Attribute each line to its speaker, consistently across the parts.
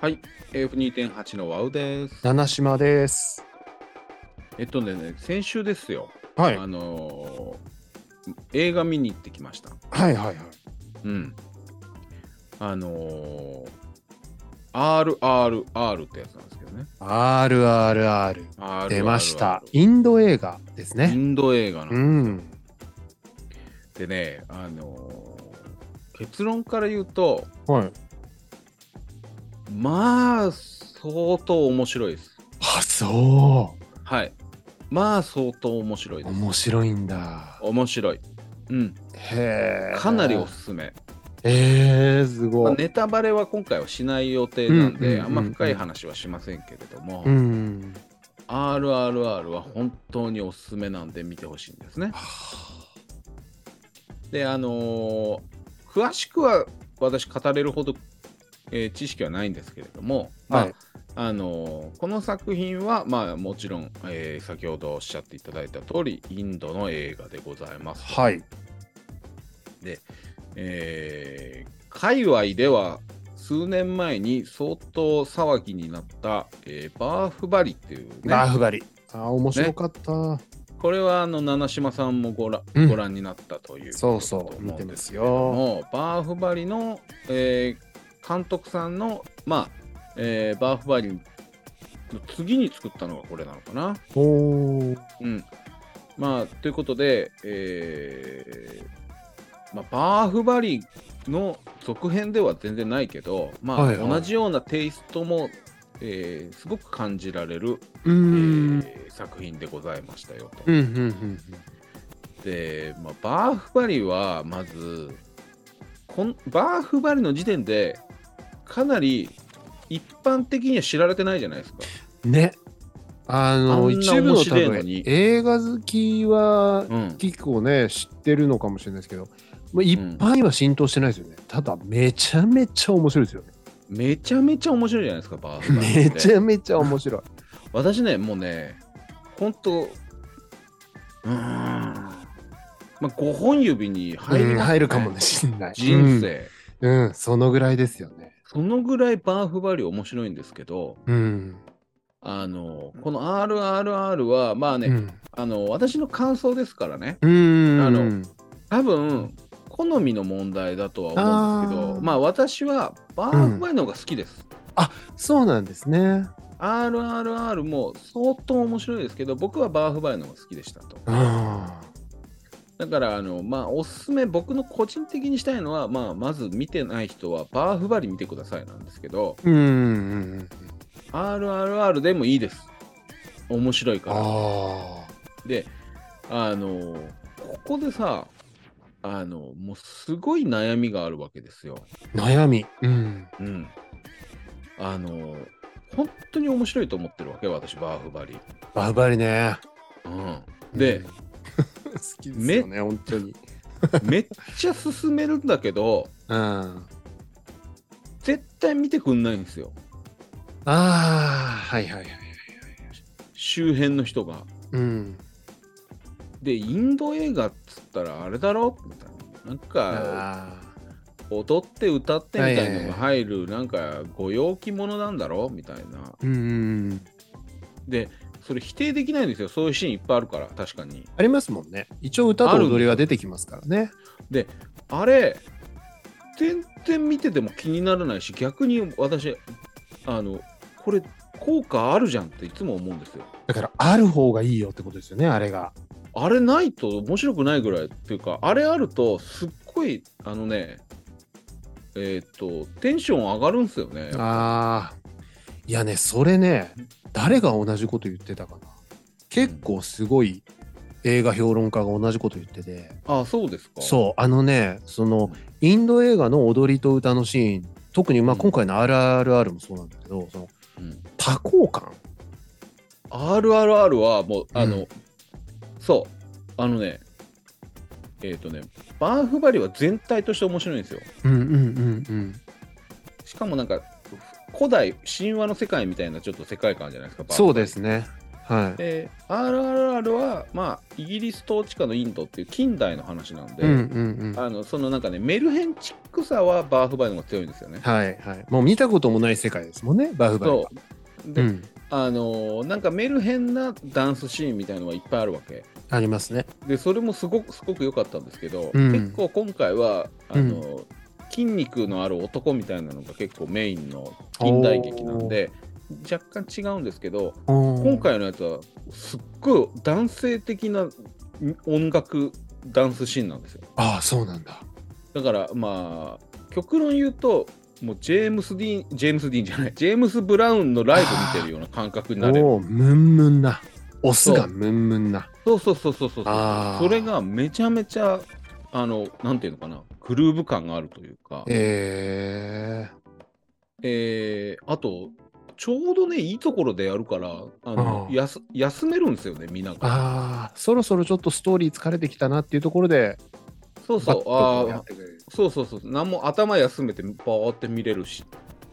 Speaker 1: はい、F2.8 のワウです。
Speaker 2: 七島です。
Speaker 1: えっとね、先週ですよ、
Speaker 2: はい。
Speaker 1: あのー映画見に行ってきました。
Speaker 2: はいはいはい。
Speaker 1: うん。あのー、RRR ってやつなんですけどね。
Speaker 2: RRR。
Speaker 1: RRR
Speaker 2: 出ました。インド映画です
Speaker 1: イ
Speaker 2: ね。
Speaker 1: ンド映画
Speaker 2: う
Speaker 1: なん
Speaker 2: ん。
Speaker 1: でね、あのー結論から言うと、
Speaker 2: はい。
Speaker 1: まあ、相当面白いです。
Speaker 2: あ、そ。
Speaker 1: はい。まあ、相当面白いうです。
Speaker 2: 面白いんだ。
Speaker 1: 面白い。うん。
Speaker 2: へえ。
Speaker 1: かなりおすすめ。
Speaker 2: えー、す
Speaker 1: まあ
Speaker 2: ごい。
Speaker 1: ネタバレは今回はしない予定なんで、
Speaker 2: うんうんうんうん
Speaker 1: あんま深い話はしませんけれども、
Speaker 2: うん。
Speaker 1: RRR は本当におすすめなんで見てほしいんですね。で、あのー詳しくは私語れるほど、えー知識はないんですけれども、まあ
Speaker 2: はい。
Speaker 1: あのーこの作品は、まあ、もちろん、えー先ほどおっしゃっていただいた通り、インドの映画でございます。
Speaker 2: はい。
Speaker 1: えー界隈では数年前に相当騒ぎになった、えーバーフバリっていう
Speaker 2: ラ
Speaker 1: ね、
Speaker 2: フバリ。あ、面白かった。
Speaker 1: これはあの七島さんもごら、
Speaker 2: うん
Speaker 1: ご覧になったという
Speaker 2: そう
Speaker 1: こ
Speaker 2: そ
Speaker 1: とだと
Speaker 2: う。見
Speaker 1: 思
Speaker 2: て
Speaker 1: うん
Speaker 2: ま
Speaker 1: です
Speaker 2: す
Speaker 1: けれど
Speaker 2: よ。
Speaker 1: もバーフバリの、えー監督さんの、まあえーバーフバリの次に作ったのがこれなのかな。
Speaker 2: おー。
Speaker 1: うん、まあということで、えーまあ、バーフバリの続編では全然ないけど、まあ
Speaker 2: はいはい
Speaker 1: 同じようなテイストも、えーすごく感じられる、
Speaker 2: う
Speaker 1: え
Speaker 2: ーん。
Speaker 1: ー作品でございましたよと。
Speaker 2: うんうんうん
Speaker 1: で、まあ、バーフバリはまずこんバーフバリの時点でかなり一般的には知られてないじゃないですか。
Speaker 2: うん。ね。あ
Speaker 1: あん
Speaker 2: の、
Speaker 1: な
Speaker 2: 一部の
Speaker 1: 面
Speaker 2: 多
Speaker 1: 白いの
Speaker 2: 分
Speaker 1: に
Speaker 2: 映画好きは
Speaker 1: うん、
Speaker 2: 結構ね知ってるのかもしれないですけど、まあ、一般には浸透してないですよね、ただめちゃめちゃ面白いですよね
Speaker 1: めちゃめちゃ面白いじゃないですかバーフバリって。
Speaker 2: めちゃめちゃ面白い
Speaker 1: 私ねもうねほんとうーんまあ5本指に入ります、
Speaker 2: うん入るかもしれない
Speaker 1: 人生、
Speaker 2: うん、うんそのぐらいですよね
Speaker 1: そのぐらいバーフバリ面白いんですけど
Speaker 2: うん、
Speaker 1: あのこの RRR はまあね、
Speaker 2: うん
Speaker 1: あの私の感想ですからね
Speaker 2: うん
Speaker 1: あの多分好みの問題だとは思うんですけど
Speaker 2: あー
Speaker 1: まあ私はバーフバリの方が好きです、
Speaker 2: そうなんですね
Speaker 1: RRR も相当面白いですけど僕はバーフバリの方が好きでしたと
Speaker 2: あ
Speaker 1: だからあの、まあ、おすすめ、僕の個人的にしたいのは、まあ、まず見てない人は、バーフバリ見てくださいなんですけど、
Speaker 2: うんうん、
Speaker 1: RRR でもいいです。面白いから。
Speaker 2: あ
Speaker 1: で、あの、ここでさ、あの、もうすごい悩みがあるわけですよ。
Speaker 2: ー悩み、うん、
Speaker 1: うん。あの、本当に面白いと思ってるわけ、私、バーフバリ。
Speaker 2: バーバリね
Speaker 1: うん。で
Speaker 2: うん好きですよね本当に
Speaker 1: めっちゃ進めるんだけど、
Speaker 2: うん
Speaker 1: 絶対見てくんないんですよ。
Speaker 2: ああーはいはいはい
Speaker 1: 周辺の人が。
Speaker 2: うん
Speaker 1: でインド映画っつったらあれだろみたいななんか
Speaker 2: あー
Speaker 1: 踊って歌ってみたい
Speaker 2: はいは
Speaker 1: ないのが
Speaker 2: はい
Speaker 1: 入るなんかご陽気者なんだろみたいな
Speaker 2: うんうんうん
Speaker 1: でそれ否定できないんですよそういうシーンいっぱいあるから確かに
Speaker 2: ありますもんね。一応歌と踊りは出てきますからね。
Speaker 1: あれ全然見てても気にならないし逆に私あのこれ効果あるじゃんっていつも思うんですよ
Speaker 2: だからある方がいいよってことですよね、あれが。
Speaker 1: あれないと面白くないぐらいっていうかあれあるとすっごいあのねえーっとテンション上がるんですよね
Speaker 2: ああ。いやね、それね、誰が同じこと言ってたかな。結構すごい映画評論家が同じこと言ってて。
Speaker 1: あそうですか。う。
Speaker 2: そう、あのね、そのインド映画の踊りと歌のシーン、特にまあ
Speaker 1: うん
Speaker 2: 今回の RRR もそうなんだけど、その
Speaker 1: ん、
Speaker 2: 多幸感。
Speaker 1: RRR はもう、あの、
Speaker 2: うん
Speaker 1: そう、あのね、えっ、とね、バーフバリは全体として面白いんですよ。
Speaker 2: うんうんうんうん。
Speaker 1: しかもなんか、古代神話の世界みたいなちょっと世界観じゃないですか、バーフバリ
Speaker 2: そうですね。はい。
Speaker 1: で RRR は、まあ、イギリス統治下のインドっていう近代の話なんで、
Speaker 2: うんうんうん。
Speaker 1: あのそのなんかねメルヘンチックさはバーフバリの方が強いんですよね。
Speaker 2: はいはい。もう見たこともない世界ですもんね、バフバリは。
Speaker 1: そうで、
Speaker 2: うん。
Speaker 1: あのーなんかメルヘンなダンスシーンみたいのはいっぱいあるわけ
Speaker 2: ありますね。
Speaker 1: でそれもすごくすごく良かったんですけど、
Speaker 2: うん
Speaker 1: 結構今回はあのー筋肉のある男みたいなのが結構メインの近代劇なんで若干違うんですけど今
Speaker 2: 今、
Speaker 1: 回のやつはすっごい男性的な音楽ダンスシーンなんですよ
Speaker 2: ああ、そうなんだ。
Speaker 1: だからまあ極論言うともうジェームス・ディーンジェームス・ディーンじゃないジェームス・ブラウンのライブ見てるような感覚になれる
Speaker 2: もう、ムンムンな。オスがムンムンな。
Speaker 1: そうそうそうそうそう
Speaker 2: あー
Speaker 1: それがめちゃめちゃあのなんていうのかなグルーブ感があるというか
Speaker 2: え
Speaker 1: えーあとちょうどねいいところでやるからあの
Speaker 2: うん
Speaker 1: やす休めるんですよねみんなが
Speaker 2: ー、ああ、そろそろちょっとストーリー疲れてきたなっていうところで、
Speaker 1: そうそう
Speaker 2: バッと
Speaker 1: あ
Speaker 2: や
Speaker 1: あ
Speaker 2: ってくれる
Speaker 1: そうそうそう何も頭休めてバーって見れるし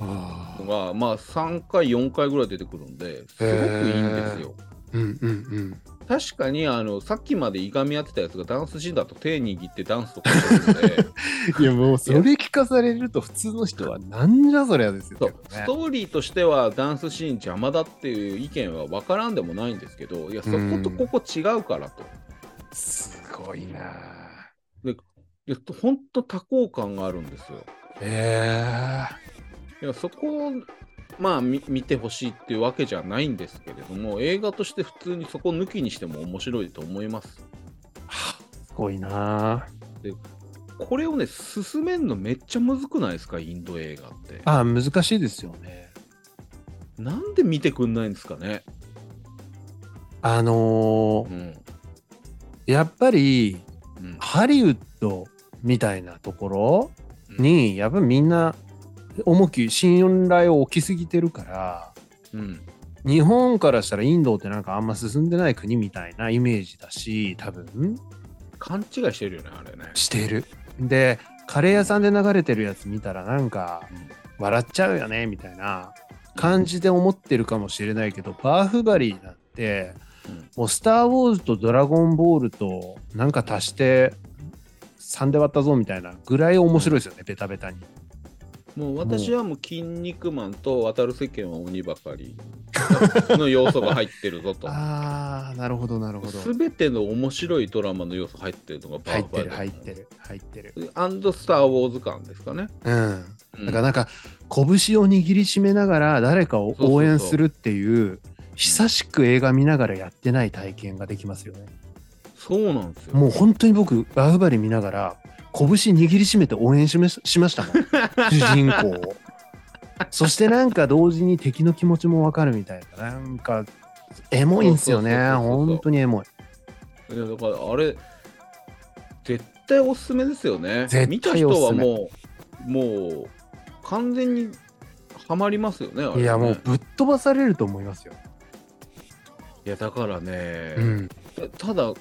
Speaker 2: あ
Speaker 1: の
Speaker 2: ー
Speaker 1: がまあ3回4回ぐらい出てくるんですごくいいんですよ
Speaker 2: うんうんうん。
Speaker 1: 確かにあのさっきまでいがみ合ってたやつがダンスシーンだと手握ってダンスとかしてるので
Speaker 2: いや、もう、それ聞かされると、普通の人は、なんじゃそりゃですよ
Speaker 1: そう
Speaker 2: ね。
Speaker 1: ストーリーとしてはダンスシーン邪魔だっていう意見は分からんでもないんですけどいやそことここ違うからと。
Speaker 2: すごいなあ。
Speaker 1: いやほんと多幸感があるんですよ。
Speaker 2: え
Speaker 1: いやそこをまあみ見てほしいっていうわけじゃないんですけれども映画として普通にそこ抜きにしても面白いと思います。
Speaker 2: えすごいな
Speaker 1: これをね進めるのめっちゃむずくないですかインド映画って。
Speaker 2: ああ難しいですよね
Speaker 1: なんで見てくんないんですかね。
Speaker 2: あの
Speaker 1: う
Speaker 2: ー
Speaker 1: ん
Speaker 2: やっぱり
Speaker 1: うん
Speaker 2: ハリウッドみたいなところにやっぱみんな重き信頼を置きすぎてるから
Speaker 1: うん
Speaker 2: 日本からしたらインドってなんかあんま進んでない国みたいなイメージだし多分
Speaker 1: 勘違いしてるよねあれね。
Speaker 2: してるでカレー屋さんで流れてるやつ見たらなんか笑っちゃうよねみたいな感じで思ってるかもしれないけどバーフバリーなんて
Speaker 1: うん
Speaker 2: もう「スター・ウォーズ」と「ドラゴンボール」となんか足して3で割ったぞみたいなぐらい面白いですよね、ベタベタに。
Speaker 1: もう私はもう「筋肉マン」と「渡る世間は鬼ばか り」の要素が入ってるぞと。
Speaker 2: あーなるほどなる
Speaker 1: すべての面白いドラマの要素入ってるのがバ
Speaker 2: 入っ
Speaker 1: ーバー
Speaker 2: てる入ってる入ってる。
Speaker 1: アンドスター・ウォーズ感ですかね。
Speaker 2: うん。
Speaker 1: うん
Speaker 2: だからなんか拳を握りしめながら誰かを応援するっていう久しく映画見ながらやってない体験ができますよね。
Speaker 1: そうなんですよ。
Speaker 2: もう本当に僕バーフバリー見ながら拳握りしめて応援しまししました もん主人公をそしてなんか同時に敵の気持ちもわかるみたいななんかエモいんですよね
Speaker 1: そうそうそうそうそう
Speaker 2: 本当にエモい
Speaker 1: いやだからあれ絶対おすすめですよね。
Speaker 2: 絶対
Speaker 1: 見た人はもうもう完全にハマりますよね。あれね
Speaker 2: いやもうぶっ飛ばされると思いますよ、
Speaker 1: いやだからね、
Speaker 2: うん、
Speaker 1: たただも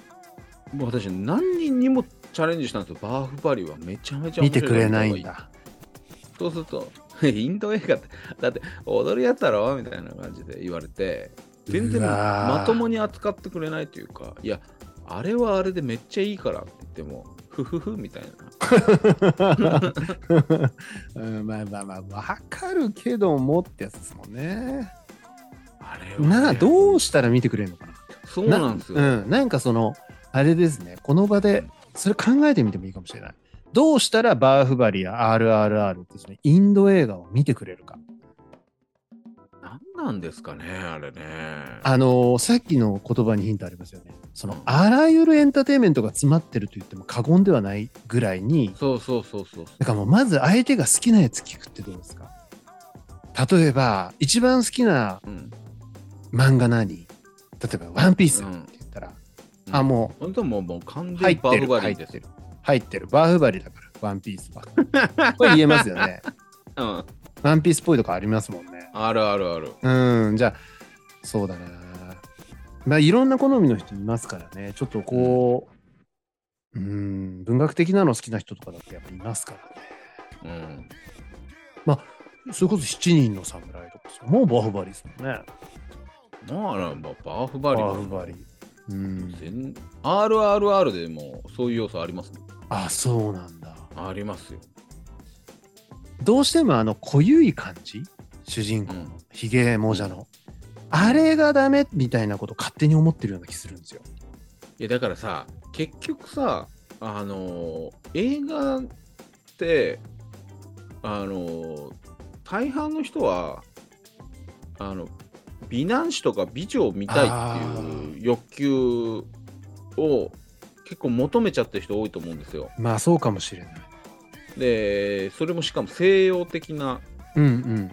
Speaker 1: う私何人にもチャレンジしたんですよ。バーフバリはめちゃめちゃ面
Speaker 2: 見
Speaker 1: 白
Speaker 2: て
Speaker 1: い
Speaker 2: くれないん。だ
Speaker 1: そうす るとインド映画ってだって踊るやつだろみたいな感じで言われて全然
Speaker 2: うわー
Speaker 1: まともに扱ってくれないというかいやあれはあれでめっちゃいいからって言ってもふふふみたいな。
Speaker 2: うんまあまあまあわかるけどもってやつですもんね
Speaker 1: あれはね
Speaker 2: なあどうしたら見てくれるのかな
Speaker 1: そうなんですよ。
Speaker 2: うん、なんかそのあれですねこの場でそれ考えてみてもいいかもしれないどうしたらバーフバリや RRR ってですねインド映画を見てくれるか
Speaker 1: 何なんですかね、あれね。
Speaker 2: あのーさっきの言葉にヒントありますよねその
Speaker 1: うん
Speaker 2: あらゆるエンターテインメントが詰まってると言っても過言ではないぐらいに
Speaker 1: そうそうそうそう。
Speaker 2: だからもうまず相手が好きなやつ聞くってどうですか例えば一番好きな
Speaker 1: うん。
Speaker 2: 漫画何例えば「ワンピース
Speaker 1: う
Speaker 2: って
Speaker 1: ん
Speaker 2: 言ったら、
Speaker 1: うん
Speaker 2: あもう
Speaker 1: 本当もうもう完全
Speaker 2: 入
Speaker 1: に
Speaker 2: っ
Speaker 1: バ
Speaker 2: て
Speaker 1: ー
Speaker 2: る
Speaker 1: フバ
Speaker 2: 入
Speaker 1: リー
Speaker 2: っ
Speaker 1: です
Speaker 2: て
Speaker 1: よ
Speaker 2: る。入ってるバーフバリだからワンピースはこれ言えますよね
Speaker 1: うん。
Speaker 2: ワンピースっぽいとこありますもんね
Speaker 1: あるあるある。
Speaker 2: うんじゃあそうだなまあいろんな好みの人いますからねちょっとこううん文学的なの好きな人とかだってやっぱいますからね
Speaker 1: うん。
Speaker 2: それこそ7人の侍とかそうもうバーフバリですもんね
Speaker 1: まあなんかバーフバリ
Speaker 2: バ
Speaker 1: は
Speaker 2: ーフバリ。うん、
Speaker 1: 全 RRR でもそういう要素ありますもん
Speaker 2: あそうなんだ
Speaker 1: ありますよ。
Speaker 2: どうしてもあの濃ゆい感じ主人公
Speaker 1: う
Speaker 2: の
Speaker 1: ん
Speaker 2: ひげもじゃのあれがダメみたいなこと勝手に思ってるような気するんですよ
Speaker 1: いやだからさ結局さあのー映画ってあのー大半の人はあの美男子とか美女を見たいっていう欲求を結構求めちゃってる人多いと思うんですよ。
Speaker 2: まあそうかもしれない
Speaker 1: でそれもしかも西洋的な
Speaker 2: うんうん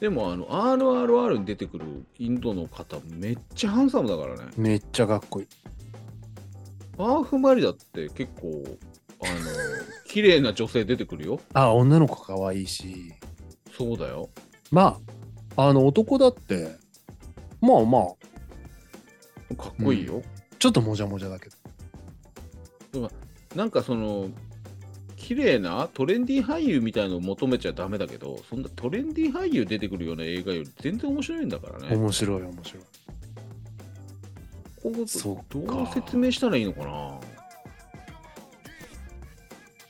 Speaker 1: でもあの RRR に出てくるインドの方めっちゃハンサムだからね。
Speaker 2: めっちゃかっこいい
Speaker 1: バーフマリだって結構あの 綺麗な女性出てくるよ
Speaker 2: あ女の子かわいいし
Speaker 1: そうだよ
Speaker 2: まああの男だってまあまあ
Speaker 1: かっこいいよ、
Speaker 2: ちょっともじゃもじゃだけど
Speaker 1: なんかその綺麗なトレンディ俳優みたいのを求めちゃダメだけどそんなトレンディ俳優出てくるような映画より全然面白いんだからね
Speaker 2: 面白い面白い
Speaker 1: ここ
Speaker 2: そっか
Speaker 1: どう説明したらいいのかな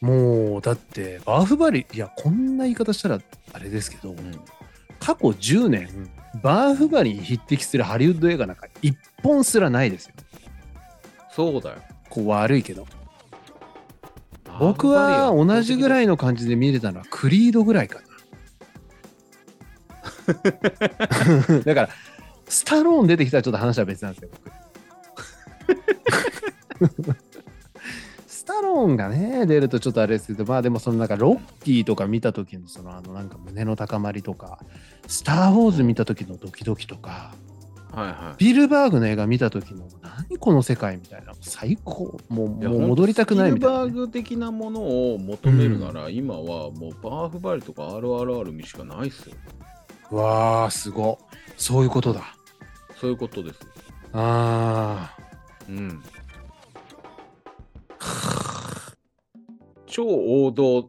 Speaker 2: もうだってバーフバリいやこんな言い方したらあれですけど、
Speaker 1: うん
Speaker 2: 過去10年バーフバリに匹敵するハリウッド映画なんか一本すらないですよ
Speaker 1: そうだよ
Speaker 2: こう悪いけど僕は同じぐら
Speaker 1: い
Speaker 2: いの感じで見れたのはクリードぐらいか なだからスタローン出てきたらちょっと話は別なんですよ 僕スタローンがね出るとちょっとあれですけどまあでもそのなんかロッキーとか見た時のそのあのなんか胸の高まりとかスター・ウォーズ見た時のドキドキとか
Speaker 1: はいは
Speaker 2: ビルバーグの映画見た時の何この世界みたいな最高もう
Speaker 1: いいや
Speaker 2: もう戻りたくないみたいな
Speaker 1: ほ
Speaker 2: ね、
Speaker 1: んとスピルバーグ的なものを求めるなら、今はもうバーフバリとか RRR 見しかないっすよ
Speaker 2: わあすごそういうことだ
Speaker 1: そういうことです
Speaker 2: あ
Speaker 1: うん超王道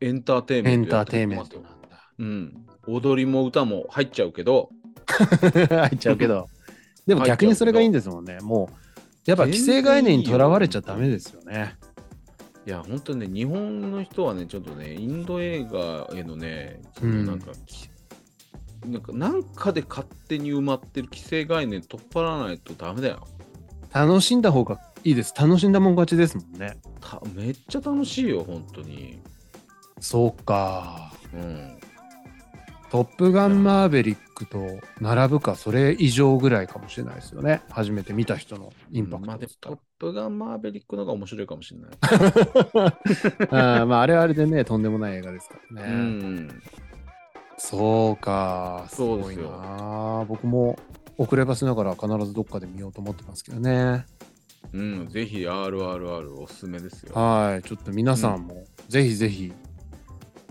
Speaker 1: エンターテイ
Speaker 2: ーエ
Speaker 1: メン
Speaker 2: ン
Speaker 1: トやっ
Speaker 2: ター
Speaker 1: て
Speaker 2: テイメン
Speaker 1: ます
Speaker 2: ト
Speaker 1: よ
Speaker 2: な。ん
Speaker 1: うん。踊りも歌も入っちゃうけど、
Speaker 2: だ 入っちゃうけどでも逆にそれがいいんですもんねもうやっぱ既成概念にとらわれちゃダメですよね
Speaker 1: いや、本当にね、日本の人はね、ちょっとね、インド映画へのね、そ
Speaker 2: うん
Speaker 1: のなんか、きなんか、なんかで勝手に埋まってる既成概念取っ払わないとダメだよ。
Speaker 2: 楽しんだ方がいいです楽しんだもん勝ちですもんね
Speaker 1: ためっちゃ楽しいよ、本当に。
Speaker 2: そうか
Speaker 1: うん。
Speaker 2: 「トップガンマーベリック」と並ぶかそれ以上ぐらいかもしれないですよね初めて見た人のインパク
Speaker 1: ま
Speaker 2: ト
Speaker 1: あ、で
Speaker 2: で
Speaker 1: も
Speaker 2: す
Speaker 1: トップガンマーベリックの方が面白いかもしれない。
Speaker 2: あーまああれはあれでねとんでもない映画ですから
Speaker 1: う
Speaker 2: ね、
Speaker 1: ん。
Speaker 2: そうか、す
Speaker 1: そうで
Speaker 2: ご
Speaker 1: す
Speaker 2: い
Speaker 1: よ
Speaker 2: な。僕も遅ればせながら必ずどっかで見ようと思ってますけどね。
Speaker 1: うん、ぜひ RRR おすすめですよ。
Speaker 2: はい、ちょっと皆さんもぜひぜひ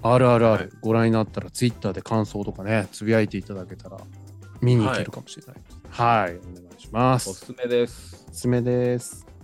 Speaker 2: RRR ご覧になったら Twitter で感想とかね、つぶやいていただけたら見に行けるかもしれないです。はい、お願いしま
Speaker 1: お
Speaker 2: す。
Speaker 1: すすめです。
Speaker 2: おすすめです。